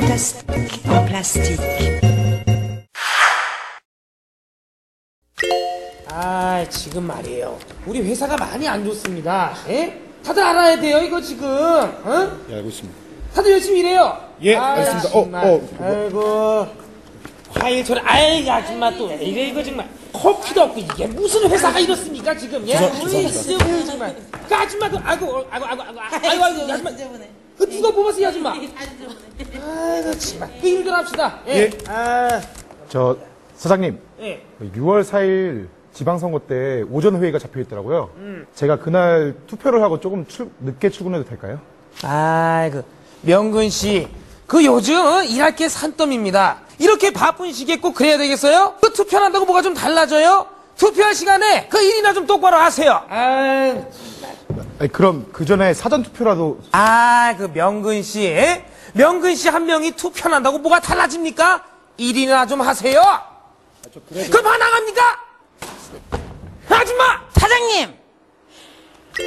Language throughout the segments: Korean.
plastique, en plastique. 아 지금 말이에요 우리 회사가 많이 안 좋습니다 예? 다들 알아야 돼요 이거 지금 어? 예, 알고 있습니다. 다들 열심히 일해요 예, 아이, 알겠습니다. 어, 정말. 어, 그거. 아이고 화일 저래 아이 아줌마 또 왜 이래 이거 정말 커피도 없고 이게 무슨 회사가 이렇습니까 지금 예? 죄송- 우리 죄송합니다. 지금 정말 그 아줌마도 아이고 아이고 아이고 아이고 아이고 아이고 이 아줌마 그 누가 뽑았어요 이 아줌마 아이고 정말 그 일들 합시다 예. 아, 저 사장님, 예. 6월 4일 지방선거 때 오전 회의가 잡혀 있더라고요. 제가 그날 투표를 하고 조금 출- 늦게 출근해도 될까요? 아이고 명근 씨, 그 요즘 일할 게 산더미입니다. 이렇게 바쁜 시기에 꼭 그래야 되겠어요? 그 투표를 한다고 뭐가 좀 달라져요? 투표할 시간에 그 일이나 좀 똑바로 하세요. 아, 아니, 그럼 그 전에 사전 투표라도 아, 그 명근 씨, 에? 명근 씨 한 명이 투표를 한다고 뭐가 달라집니까? 일이나 좀 하세요. 그럼 화나갑니까? 아줌마, 사장님!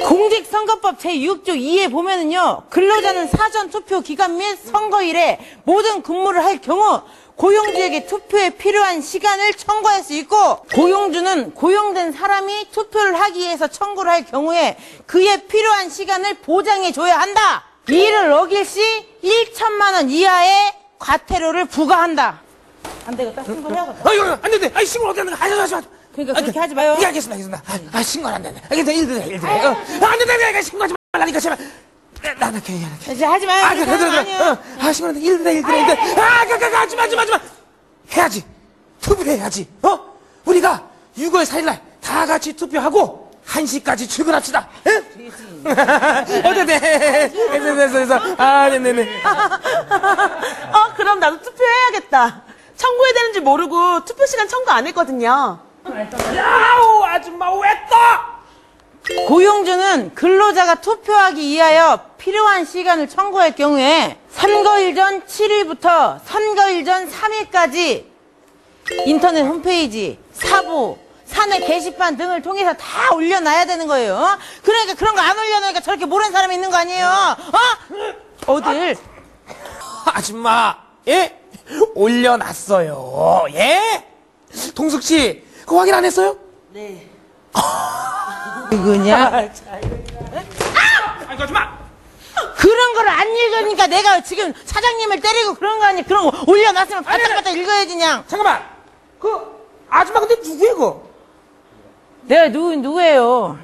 공직선거법 제6조 2에 보면은요, 근로자는 사전 투표 기간 및 선거일에 모든 근무를 할 경우, 고용주에게 투표에 필요한 시간을 청구할 수 있고, 고용주는 고용된 사람이 투표를 하기 위해서 청구를 할 경우에 그에 필요한 시간을 보장해줘야 한다! 이를 어길 시 1천만원 이하의 과태료를 부과한다. 안 되겠다. 그, 신고해야겠다. 어, 아이고, 안 돼, 안 돼. 아이, 신고 어떻게 하는 거야? 하지 마, 하지 마. 그러니까 그렇게 하지 마요. 네. 예, 알겠습니다, 알겠습니다. 아, 아 신고는 안 돼. 알겠다, 일들, 일들. 어, 안 돼, 안 돼, 안 돼. 신고하지 말라니까, 제발. 네, 나, 나, 괜히, 나, 괜히. 이제 하지 마요. 아, 그래, 그래, 그래. 네, 아니에요. 네. 어, 아, 신고는 안 돼. 일들, 일들, 일들. 아, 가, 가, 가, 하지 마, 하지 마, 하지 마. 해야지. 투표해야지. 어? 우리가 6월 4일날 다 같이 투표하고 1시까지 출근합시다. 응? 어때, 네. 아, 됐어, 됐어, 됐어. 아, 네네네. 어, 그럼 나도 투표해야겠다. 청구해야 되는지 모르고 투표 시간 청구 안 했거든요. 야우, 아줌마, 왜 또? 고용주는 근로자가 투표하기 위하여 필요한 시간을 청구할 경우에 선거일 전 7일부터 선거일 전 3일까지 인터넷 홈페이지, 사보, 사내 게시판 등을 통해서 다 올려놔야 되는 거예요. 그러니까 그런 거 안 올려놓으니까 저렇게 모르는 사람이 있는 거 아니에요. 어? 어딜 아줌마, 예? 올려놨어요. 예? 동숙 씨, 그거 확인 안 했어요? 그냥 아이고, 아줌마! 그런 걸 안 읽으니까 내가 지금 사장님을 때리고 그런 거 아니 그런 거 올려놨으면 바짝바짝 읽어야지 그냥. 잠깐만! 그, 아줌마 근데 누구예요, 그거? 내가 누구, 누구예요?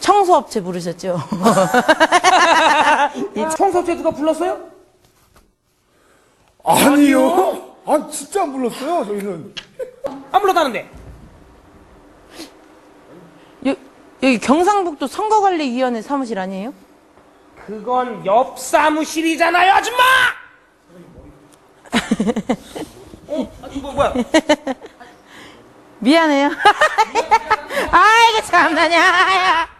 청소업체 부르셨죠? 청소업체 누가 불렀어요? 아니요. 아 진짜 안 불렀어요. 저희는 안 불렀다는데. 여, 여기 경상북도 선거관리위원회 사무실 아니에요? 그건 옆 사무실이잖아요, 아줌마! 어, 아, 이거 뭐야? 미안해요. 아이고, 참나냐.